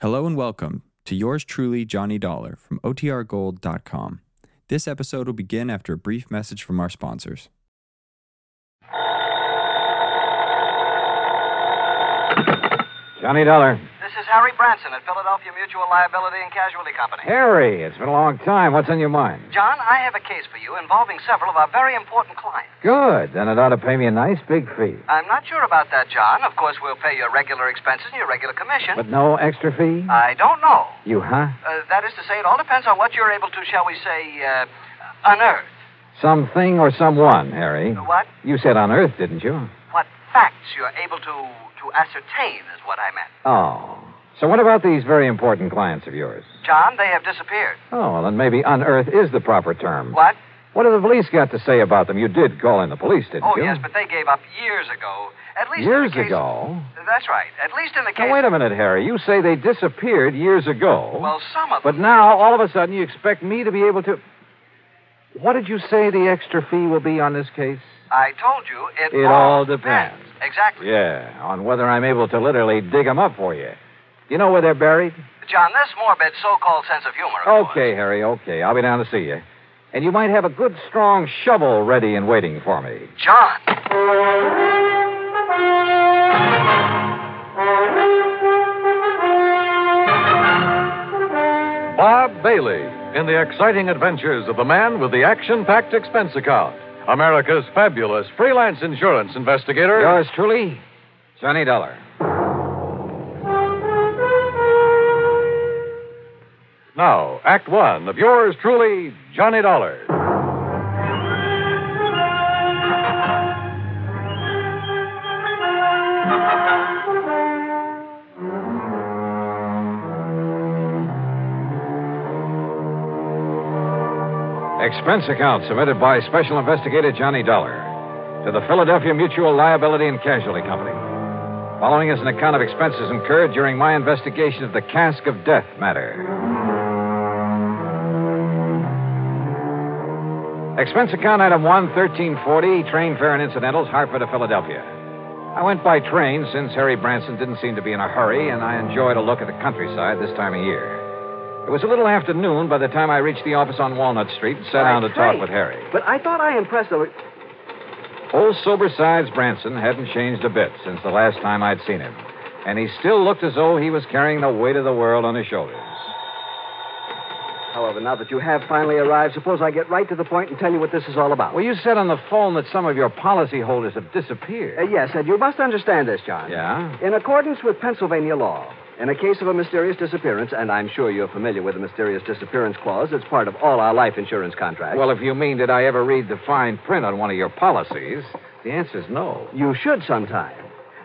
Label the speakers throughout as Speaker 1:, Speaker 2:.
Speaker 1: Hello and welcome to yours truly, Johnny Dollar from OTRGold.com. This episode will begin after a brief message from our sponsors.
Speaker 2: Johnny Dollar.
Speaker 3: This is Harry Branson at Philadelphia Mutual Liability and Casualty Company.
Speaker 2: Harry, it's been a long time. What's on your mind?
Speaker 3: John, I have a case for you involving several of our very important clients.
Speaker 2: Good. Then it ought to pay me a nice big fee.
Speaker 3: I'm not sure about that, John. Of course, we'll pay your regular expenses and your regular commission.
Speaker 2: But no extra fee?
Speaker 3: I don't know.
Speaker 2: You, huh?
Speaker 3: Uh, that is to say, it all depends on what you're able to, shall we say, uh, unearth.
Speaker 2: Something or someone, Harry.
Speaker 3: What?
Speaker 2: You said on Earth, didn't you?
Speaker 3: What facts you're able to to ascertain is what I meant.
Speaker 2: Oh. So what about these very important clients of yours?
Speaker 3: John, they have disappeared.
Speaker 2: Oh, well, then maybe unearth is the proper term.
Speaker 3: What?
Speaker 2: What have the police got to say about them? You did call in the police, didn't
Speaker 3: Oh,
Speaker 2: you?
Speaker 3: yes, but they gave up years ago. At least
Speaker 2: Years
Speaker 3: in the case...
Speaker 2: ago?
Speaker 3: That's right. At least in the case...
Speaker 2: Now, wait a minute, Harry. You say they disappeared years ago.
Speaker 3: Well, some of them...
Speaker 2: But now, all of a sudden, you expect me to be able to. What did you say the extra fee will be on this case?
Speaker 3: I told you it,
Speaker 2: It all depends.
Speaker 3: Exactly.
Speaker 2: Yeah, on whether I'm able to literally dig 'em up for you. You know where they're buried?
Speaker 3: John, this morbid so-called sense of humor. of
Speaker 2: Okay, Harry, okay. I'll be down to see you. And you might have a good, strong shovel ready and waiting for me.
Speaker 3: course. John.
Speaker 4: Bob Bailey in the exciting adventures of the man with the action packed expense account. America's fabulous freelance insurance investigator.
Speaker 2: Yours truly, Johnny Dollar.
Speaker 4: Now, Act One of yours truly, Johnny Dollar.
Speaker 2: Expense account submitted by Special Investigator Johnny Dollar to the Philadelphia Mutual Liability and Casualty Company. Following is an account of expenses incurred during my investigation of the Cask of Death matter. Expense account item 1, 1340, train fare and incidentals, Hartford to Philadelphia. I went by train since Harry Branson didn't seem to be in a hurry, and I enjoyed a look at the countryside this time of year. It was a little after noon by the time I reached the office on Walnut Street and sat down to talk with Harry.
Speaker 5: But I thought I impressed the.
Speaker 2: Old Sober Sides Branson hadn't changed a bit since the last time I'd seen him, and he still looked as though he was carrying the weight of the world on his shoulders.
Speaker 5: However, now that you have finally arrived, suppose I get right to the point and tell you what this is all about.
Speaker 2: Well, you said on the phone that some of your policyholders have
Speaker 5: Uh,
Speaker 2: disappeared.
Speaker 5: yes, and you must understand this, John.
Speaker 2: Yeah?
Speaker 5: In accordance with Pennsylvania law, in a case of a mysterious disappearance, and I'm sure you're familiar with the mysterious disappearance clause, it's part of all our life insurance contracts.
Speaker 2: Well, if you mean did I ever read the fine print on one of your policies, the answer's no.
Speaker 5: you should sometime.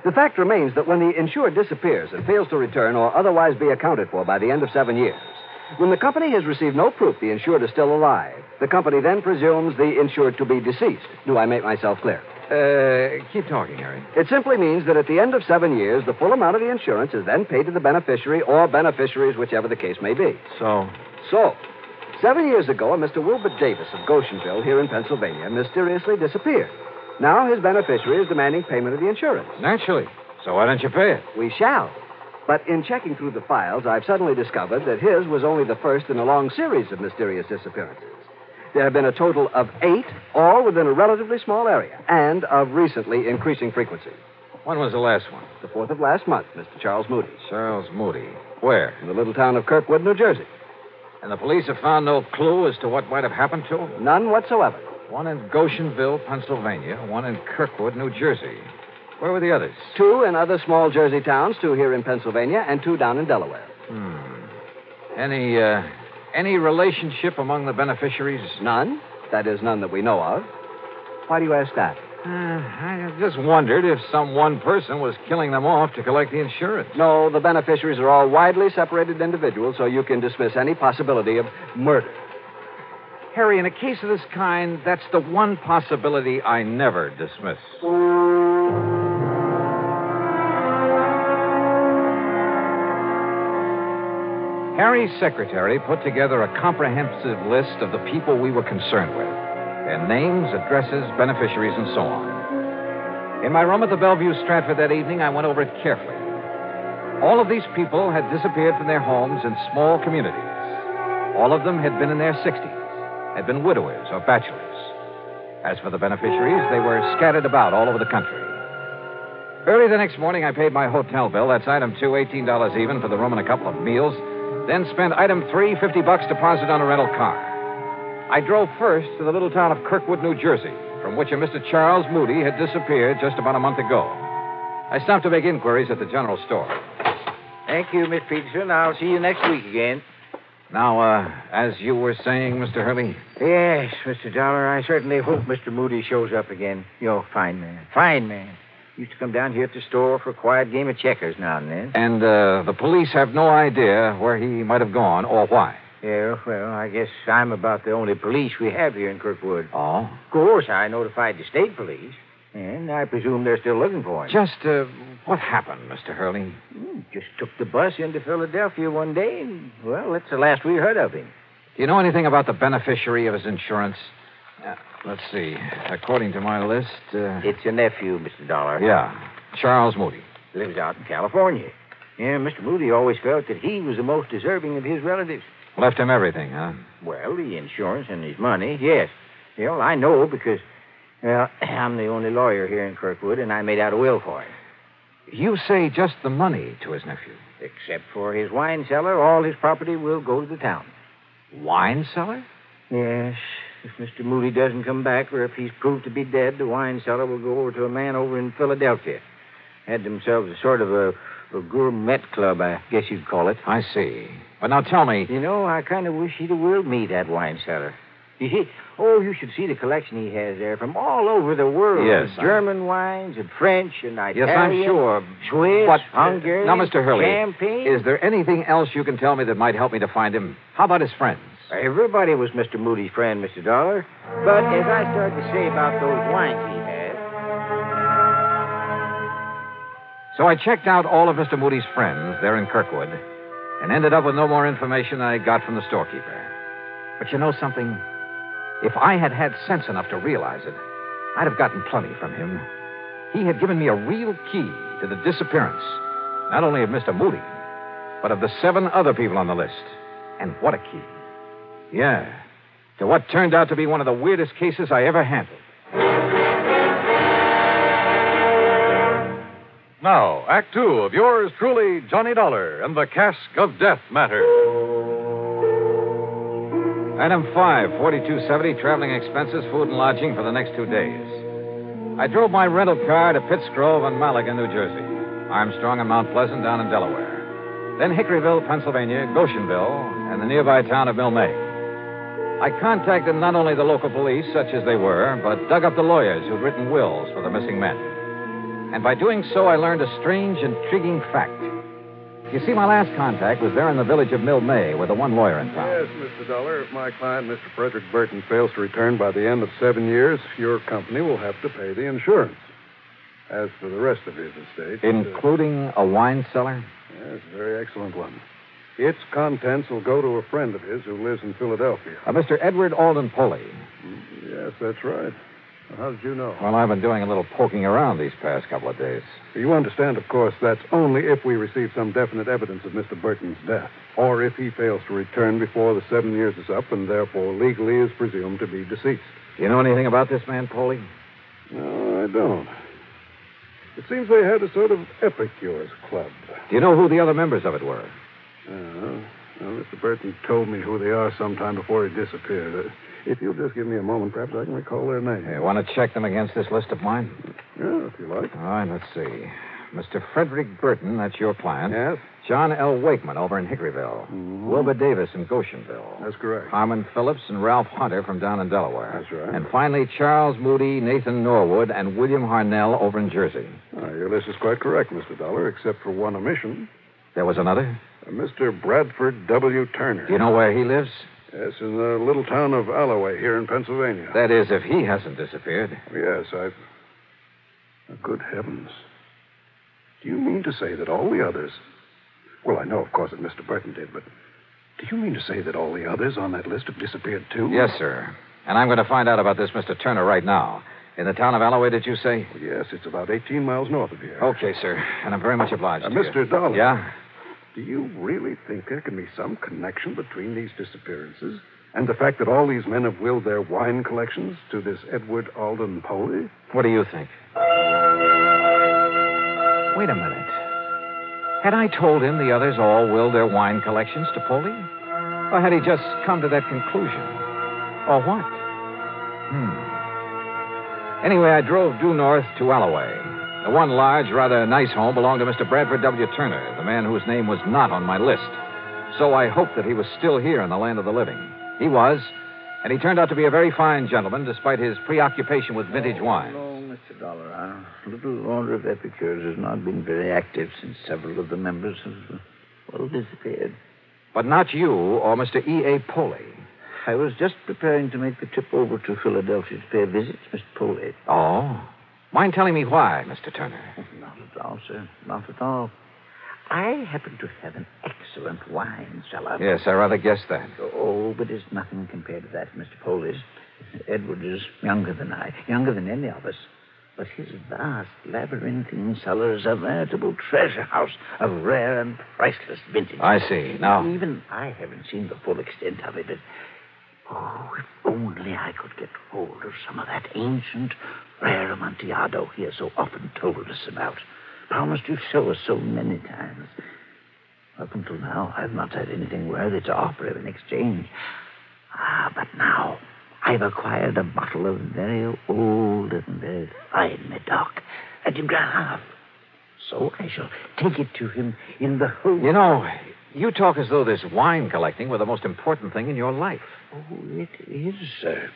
Speaker 5: The fact remains that when the insured disappears and fails to return or otherwise be accounted for by the end of seven years, when the company has received no proof the insured is still alive, the company then presumes the insured to be deceased. Do I make myself clear?
Speaker 2: Uh, keep talking, Harry.
Speaker 5: It simply means that at the end of seven years, the full amount of the insurance is then paid to the beneficiary or beneficiaries, whichever the case may be.
Speaker 2: So,
Speaker 5: So, seven years ago, a Mr. Wilbur Davis of Goshenville, here in Pennsylvania, mysteriously disappeared. Now his beneficiary is demanding payment of the insurance.
Speaker 2: naturally. So why don't you pay it?
Speaker 5: We shall. But in checking through the files, I've suddenly discovered that his was only the first in a long series of mysterious disappearances. There have been a total of eight, all within a relatively small area, and of recently increasing frequency.
Speaker 2: When was the last one?
Speaker 5: The fourth of last month, Mr. Charles Moody,
Speaker 2: Charles Moody. Where?
Speaker 5: in the little town of Kirkwood, New Jersey.
Speaker 2: And the police have found no clue as to what might have happened to him?
Speaker 5: None whatsoever.
Speaker 2: One in Goshenville, Pennsylvania, one in Kirkwood, New Jersey. Where were the others?
Speaker 5: Two in other small Jersey towns, two here in Pennsylvania, and two down in Delaware.
Speaker 2: Any, uh, any relationship among the beneficiaries?
Speaker 5: None? That is, none that we know of. Why do you ask that?
Speaker 2: Uh, I just wondered if some one person was killing them off to collect the insurance.
Speaker 5: No, the beneficiaries are all widely separated individuals, so you can dismiss any possibility of murder.
Speaker 2: Harry, in a case of this kind, that's the one possibility I never dismiss. Harry's secretary put together a comprehensive list of the people we were concerned with their names, addresses, beneficiaries, and so on. In my room at the Bellevue Stratford that evening, I went over it carefully. All of these people had disappeared from their homes in small communities. All of them had been in their 60s, had been widowers or bachelors. As for the beneficiaries, they were scattered about all over the country. Early the next morning, I paid my hotel bill. That's item two, $18 even for the room and a couple of meals. Then spent item three, 50 bucks deposit on a rental car. I drove first to the little town of Kirkwood, New Jersey, from which a Mr. Charles Moody had disappeared just about a month ago. I stopped to make inquiries at the general store.
Speaker 6: Thank you, Miss Peterson. I'll see you next week again.
Speaker 2: Now, uh, as you were saying, Mr. Hurley,
Speaker 6: Yes, Mr. Dollar, I certainly hope Mr. Moody shows up again. You're a fine man. Fine man. Used to come down here at the store for a quiet game of checkers now and then.
Speaker 2: and uh, the police have no idea where he might have gone or why.
Speaker 6: Yeah, well, I guess I'm about the only police we have here in Kirkwood.
Speaker 2: Oh?
Speaker 6: Of course, I notified the state police, and I presume they're still looking for him.
Speaker 2: Just uh, what happened, Mr. Hurley?
Speaker 6: Hmm, Just took the bus into Philadelphia one day, and, well, that's the last we heard of him.
Speaker 2: Do you know anything about the beneficiary of his insurance? Uh, let's see. According to my list, uh,
Speaker 6: It's a nephew, Mr. Dollar.
Speaker 2: yeah, Charles Moody.
Speaker 6: Lives out in California. Yeah, Mr. Moody always felt that he was the most deserving of his relatives.
Speaker 2: Left him everything, huh?
Speaker 6: Well, the insurance and his money, yes. Well, I know because, well, I'm the only lawyer here in Kirkwood, and I made out a will for him.
Speaker 2: You say just the money to his nephew.
Speaker 6: Except for his wine cellar, all his property will go to the town.
Speaker 2: Wine cellar?
Speaker 6: Yes. If Mr. Moody doesn't come back, or if he's proved to be dead, the wine cellar will go over to a man over in Philadelphia. Had themselves a sort of a, a gourmet club, I guess you'd call it.
Speaker 2: I see. But now tell me.
Speaker 6: You know, I kind of wish he'd have willed me that wine cellar. You see, oh, you should see the collection he has there from all over the world.
Speaker 2: Yes, I-
Speaker 6: German wines and French and Italian.
Speaker 2: Yes, I'm sure.
Speaker 6: Swiss,
Speaker 2: But, uh,
Speaker 6: Hungarian.
Speaker 2: now, Mr. Hurley,
Speaker 6: Champagne.
Speaker 2: Is there anything else you can tell me that might help me to find him? How about his friends?
Speaker 6: Everybody was Mr. Moody's friend, Mr. Dollar. But as I started to say about those wines he had,
Speaker 2: So I checked out all of Mr. Moody's friends there in Kirkwood and ended up with no more information than I got from the storekeeper. But you know something? If I had had sense enough to realize it, I'd have gotten plenty from him. He had given me a real key to the disappearance, not only of Mr. Moody, but of the seven other people on the list. And what a key. Yeah, to what turned out to be one of the weirdest cases I ever handled.
Speaker 4: Now, Act Two of yours truly, Johnny Dollar and the Cask of Death Matter.
Speaker 2: Item 5, 4270, traveling expenses, food and lodging for the next two days. I drove my rental car to Pitts Grove and Malaga, New Jersey. Armstrong and Mount Pleasant down in Delaware. Then Hickoryville, Pennsylvania, Goshenville, and the nearby town of Milne. I contacted not only the local police, such as they were, but dug up the lawyers who'd written wills for the missing men. And by doing so, I learned a strange, intriguing fact. You see, my last contact was there in the village of Milne with the one lawyer in town.
Speaker 7: Yes, Mr. Dollar. If my client, Mr. Frederick Burton, fails to return by the end of seven years, your company will have to pay the insurance. As for the rest of his estate, uh,
Speaker 2: Including a wine cellar?
Speaker 7: yes, very excellent one. Its contents will go to a friend of his who lives in Philadelphia. Mm,
Speaker 2: Uh, Mr. Edward Alden Pulley.
Speaker 7: Yes, that's right. How did you know?
Speaker 2: Well, I've been doing a little poking around these past couple of days.
Speaker 7: You understand, of course, that's only if we receive some definite evidence of Mr. Burton's death, or if he fails to return before the seven years is up and therefore legally is presumed to be deceased.
Speaker 2: Do you know anything about this man, Pulley?
Speaker 7: No, I don't. It seems they had a sort of Epicures Club.
Speaker 2: Do you know who the other members of it were?
Speaker 7: Uh, well, Mr. Burton told me who they are sometime before he disappeared. Uh, if you'll just give me a moment, perhaps I can recall their name.
Speaker 2: Hey, want to check them against this list of mine?
Speaker 7: Yeah, if you like.
Speaker 2: All right, let's see. Mr. Frederick Burton, that's your client.
Speaker 7: Yes,
Speaker 2: John L. Wakeman over in Hickoryville.
Speaker 7: Mhm.
Speaker 2: Wilbur Davis in Goshenville.
Speaker 7: that's correct.
Speaker 2: Harmon Phillips and Ralph Hunter from down in Delaware.
Speaker 7: That's right.
Speaker 2: And finally, Charles Moody, Nathan Norwood, and William Harnell over in Jersey.
Speaker 7: Ah, your list is quite correct, Mr. Dollar, except for one omission.
Speaker 2: There was another?
Speaker 7: Uh, Mr. Bradford W. Turner.
Speaker 2: Do you know where he lives?
Speaker 7: Yes, in the little town of Alloway here in Pennsylvania.
Speaker 2: That is, if he hasn't disappeared.
Speaker 7: Yes, I've. Oh, Good heavens. Do you mean to say that all the others. Well, I know, of course, that Mr. Burton did, but. Do you mean to say that all the others on that list have disappeared, too?
Speaker 2: Yes, sir. And I'm going to find out about this Mr. Turner right now. In the town of Alloway, did you say?
Speaker 7: Yes, it's about 18 miles north of here.
Speaker 2: Okay, sir. And I'm very much obliged.
Speaker 7: Uh,
Speaker 2: to you.
Speaker 7: Mr. Dollar.
Speaker 2: Oh, Yeah?
Speaker 7: Do you really think there can be some connection between these disappearances and the fact that all these men have willed their wine collections to this Edward Alden Poley?
Speaker 2: What do you think? Wait a minute. Had I told him the others all willed their wine collections to Polly? Or had he just come to that conclusion? Or what? Hmm. Anyway, I drove due north to Alloway. The one large, rather nice home belonged to Mr. Bradford W. Turner, the man whose name was not on my list. So I hoped that he was still here in the land of the living. He was, and he turned out to be a very fine gentleman despite his preoccupation with vintage wine.
Speaker 6: No, Mr. Dollar. Our little order of epicures has not been very active since several of the members have, uh, well, disappeared.
Speaker 2: But not you or E Mr. E.A. Poley.
Speaker 6: I was just preparing to make the trip over to Philadelphia to pay a visit to Mr. Poley.
Speaker 2: Oh? Mind telling me why, Mr. Turner?
Speaker 6: Not at all, sir. Not at all. I happen to have an excellent wine cellar.
Speaker 2: Yes, I rather guessed that.
Speaker 6: Oh, but it's nothing compared to that, Mr. Poley's. Edward is younger than I, younger than any of us. But his vast labyrinthine cellar is a veritable treasure house of rare and priceless vintage.
Speaker 2: I see. Now,
Speaker 6: Even I haven't seen the full extent of it. But, oh, if only I could get hold of some of that ancient rare amontillado he has so often told us about. Promised to show us so many times. Up until now, I've not had anything worthy to offer him in exchange. Ah, but now I've acquired a bottle of very old and very fine Medoc at Graf. So I shall take it to him in the hope.
Speaker 2: you know, you talk as though this wine collecting were the most important thing in your life.
Speaker 6: Oh, it is, sir.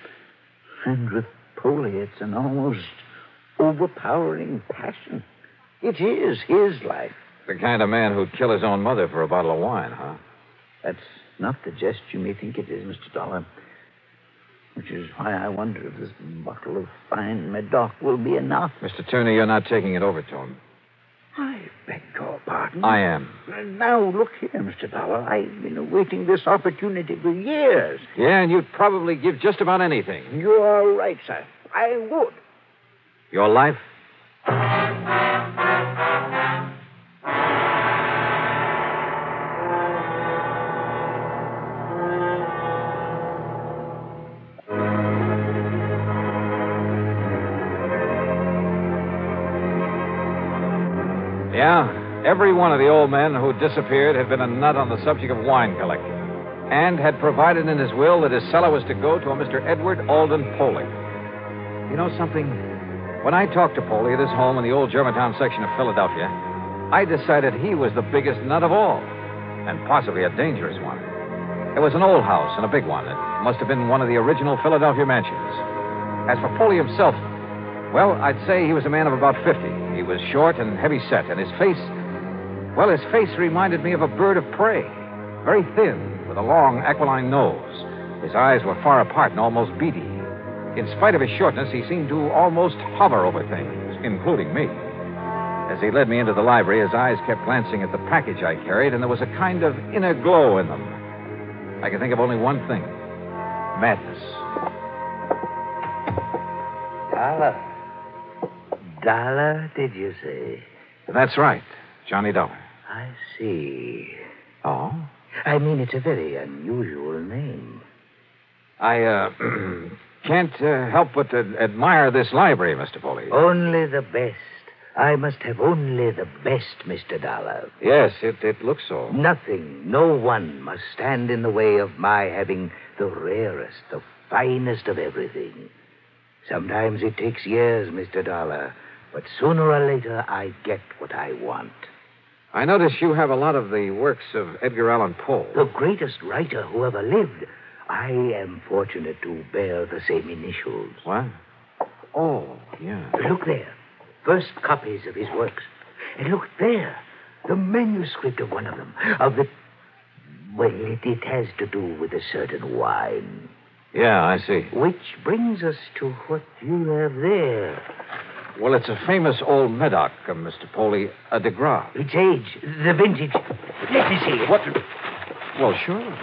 Speaker 6: And with Polly, it's an almost overpowering passion. It is his life.
Speaker 2: The kind of man who'd kill his own mother for a bottle of wine, huh?
Speaker 6: That's not the jest you may think it is, Mr. Dollar. Which is why I wonder if this bottle of fine Medoc will be enough.
Speaker 2: Mr. Turner, you're not taking it over to him.
Speaker 6: I beg your pardon.
Speaker 2: I am.
Speaker 6: Now, look here, Mr. Dollar. I've been awaiting this opportunity for years.
Speaker 2: Yeah, and you'd probably give just about anything.
Speaker 6: You are right, sir. I would.
Speaker 2: Your life? Yeah, every one of the old men who disappeared had been a nut on the subject of wine collecting and had provided in his will that his cellar was to go to a Mr. Edward Alden Poley. You know something? When I talked to Poley at his home in the old Germantown section of Philadelphia, I decided he was the biggest nut of all, and possibly a dangerous one. It was an old house and a big one. It must have been one of the original Philadelphia mansions. As for Poley himself, well, I'd say he was a man of about 50. He was short and heavy set, and his face, well, his face reminded me of a bird of prey. Very thin, with a long aquiline nose. His eyes were far apart and almost beady. In spite of his shortness, he seemed to almost hover over things, including me. As he led me into the library, his eyes kept glancing at the package I carried, and there was a kind of inner glow in them. I could think of only one thing madness.
Speaker 6: Dollar. Dollar, did you say?
Speaker 2: That's right, Johnny Dollar.
Speaker 6: I see.
Speaker 2: Oh?
Speaker 6: I mean, it's a very unusual name.
Speaker 2: I uh, can't uh, help but uh, admire this library, Mr. Foley.
Speaker 6: Oh. Only the best. I must have only the best, Mr. Dollar.
Speaker 2: Yes, it, it looks so.
Speaker 6: Nothing, no one must stand in the way of my having the rarest, the finest of everything. Sometimes it takes years, Mr. Dollar, but sooner or later I get what I want.
Speaker 2: I notice you have a lot of the works of Edgar Allan Poe.
Speaker 6: The greatest writer who ever lived. I am fortunate to bear the same initials.
Speaker 2: What? Oh, yeah.
Speaker 6: Look there. First copies of his works. And look there. The manuscript of one of them. Of the. Well, it, it has to do with a certain wine.
Speaker 2: Yeah, I see.
Speaker 6: Which brings us to what you have there.
Speaker 2: Well, it's a famous old Medoc, uh, Mr. Poley, a de Graaf.
Speaker 6: Its age, the vintage. Let me see it.
Speaker 2: What? Well, sure.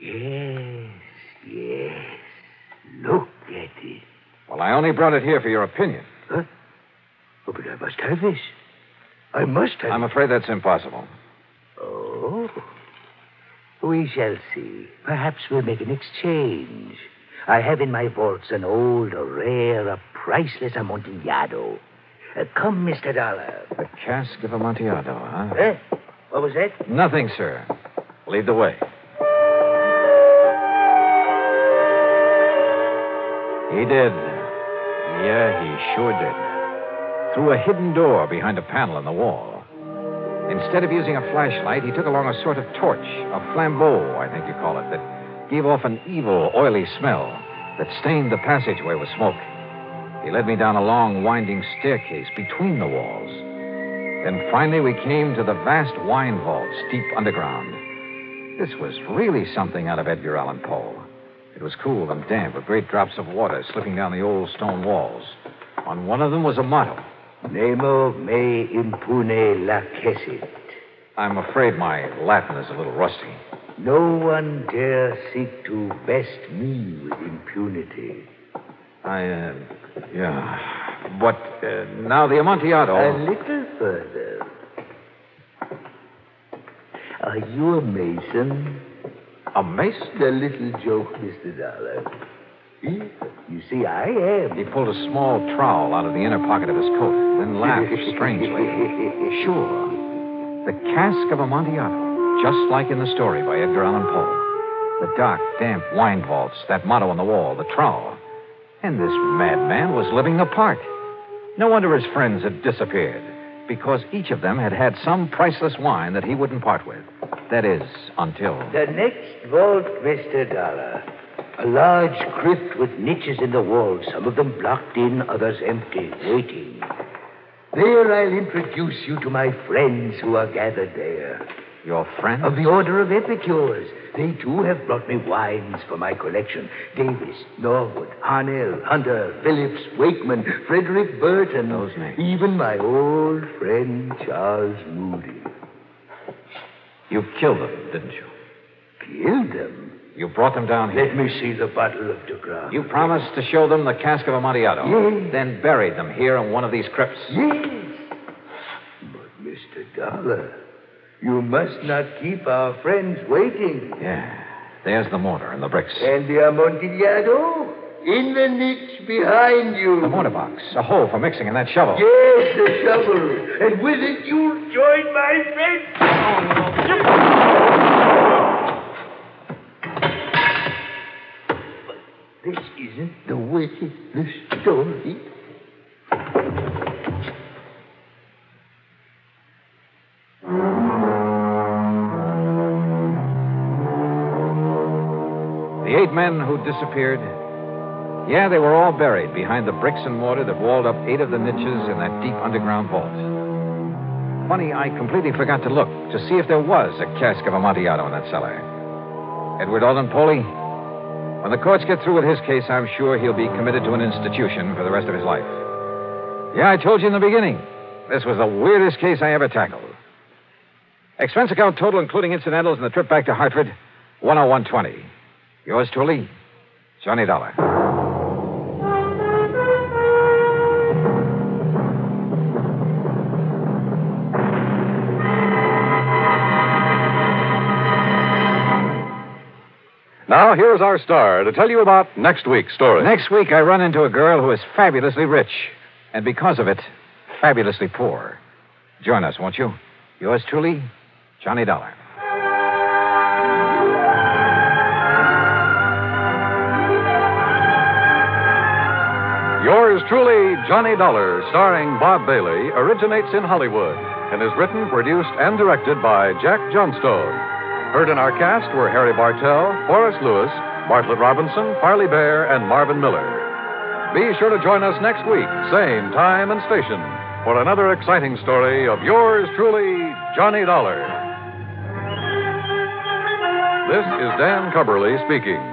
Speaker 6: Yes, yes. Look at it.
Speaker 2: I only brought it here for your opinion.
Speaker 6: Oh, but I must have this.
Speaker 7: I must have.
Speaker 2: I'm afraid that's impossible.
Speaker 6: Oh. We shall see. Perhaps we'll make an exchange. I have in my vaults an old, a rare, a priceless Amontillado. Uh, come, Mr. Dollar.
Speaker 2: The cask of Amontillado, huh?
Speaker 6: Eh? What was that?
Speaker 2: Nothing, sir. Lead the way. He did. Yeah, he sure did. Through a hidden door behind a panel in the wall. Instead of using a flashlight, he took along a sort of torch, a flambeau, I think you call it, that gave off an evil, oily smell that stained the passageway with smoke. He led me down a long, winding staircase between the walls. Then finally, we came to the vast wine vault steep underground. This was really something out of Edgar Allan Poe. It was cool and damp, with great drops of water slipping down the old stone walls. On one of them was a motto.
Speaker 6: Nemo me impune lacessit.
Speaker 2: I'm afraid my Latin is a little rusty.
Speaker 6: No one dare seek to best me with impunity.
Speaker 2: I, uh, yeah. But uh, now the Amontillado.
Speaker 6: A little further. Are you a mason?
Speaker 2: a mason?
Speaker 6: The little joke, Mr. Dollar. Eh? You see, I am.
Speaker 2: He pulled a small trowel out of the inner pocket of his coat, then laughed strangely. Sure. The cask of Amontillado, just like in the story by Edgar Allan Poe. The dark, damp wine vaults, that motto on the wall, the trowel. And this madman was living the part. No wonder his friends had disappeared, because each of them had had some priceless wine that he wouldn't part with. That is, until.
Speaker 6: The next vault, Mr. Dollar. A large crypt with niches in the wall, some of them blocked in, others empty, waiting. There I'll introduce you to my friends who are gathered there.
Speaker 2: Your friend?
Speaker 6: Of the order of epicures. They too have brought me wines for my collection. Davis, Norwood, Harnell, Hunter, Phillips, Wakeman, Frederick Burton.
Speaker 2: Those names.
Speaker 6: Even my old friend Charles Moody.
Speaker 2: You killed them, didn't you?
Speaker 6: Killed them.
Speaker 2: You brought them down here.
Speaker 6: Let me see the bottle of De Graf.
Speaker 2: You promised to show them the cask of Amontillado.
Speaker 6: Yes.
Speaker 2: Then buried them here in one of these crypts.
Speaker 6: Yes. But, Mr. Dollar, you must not keep our friends waiting.
Speaker 2: Yeah. There's the mortar and the bricks.
Speaker 6: And the Amontillado in the niche behind you.
Speaker 2: The mortar box, a hole for mixing, and that shovel.
Speaker 6: Yes, the shovel. And with it, you'll join my friends. But this isn't the way the story.
Speaker 2: The eight men who disappeared. Yeah, they were all buried behind the bricks and mortar that walled up eight of the niches in that deep underground vault. Funny, I completely forgot to look to see if there was a cask of Amontillado in that cellar. Edward Alden Poley, when the courts get through with his case, I'm sure he'll be committed to an institution for the rest of his life. Yeah, I told you in the beginning, this was the weirdest case I ever tackled. Expense account total, including incidentals and the trip back to Hartford, 10120. Yours truly, Johnny Dollar.
Speaker 4: Now, here is our star to tell you about next week's story.
Speaker 2: Next week, I run into a girl who is fabulously rich, and because of it, fabulously poor. Join us, won't you? Yours truly, Johnny Dollar.
Speaker 4: Yours truly, Johnny Dollar, starring Bob Bailey, originates in Hollywood and is written, produced, and directed by Jack Johnstone. Heard in our cast were Harry Bartell, Forrest Lewis, Bartlett Robinson, Farley Bear, and Marvin Miller. Be sure to join us next week, same time and station, for another exciting story of yours truly, Johnny Dollar. This is Dan Cumberly speaking.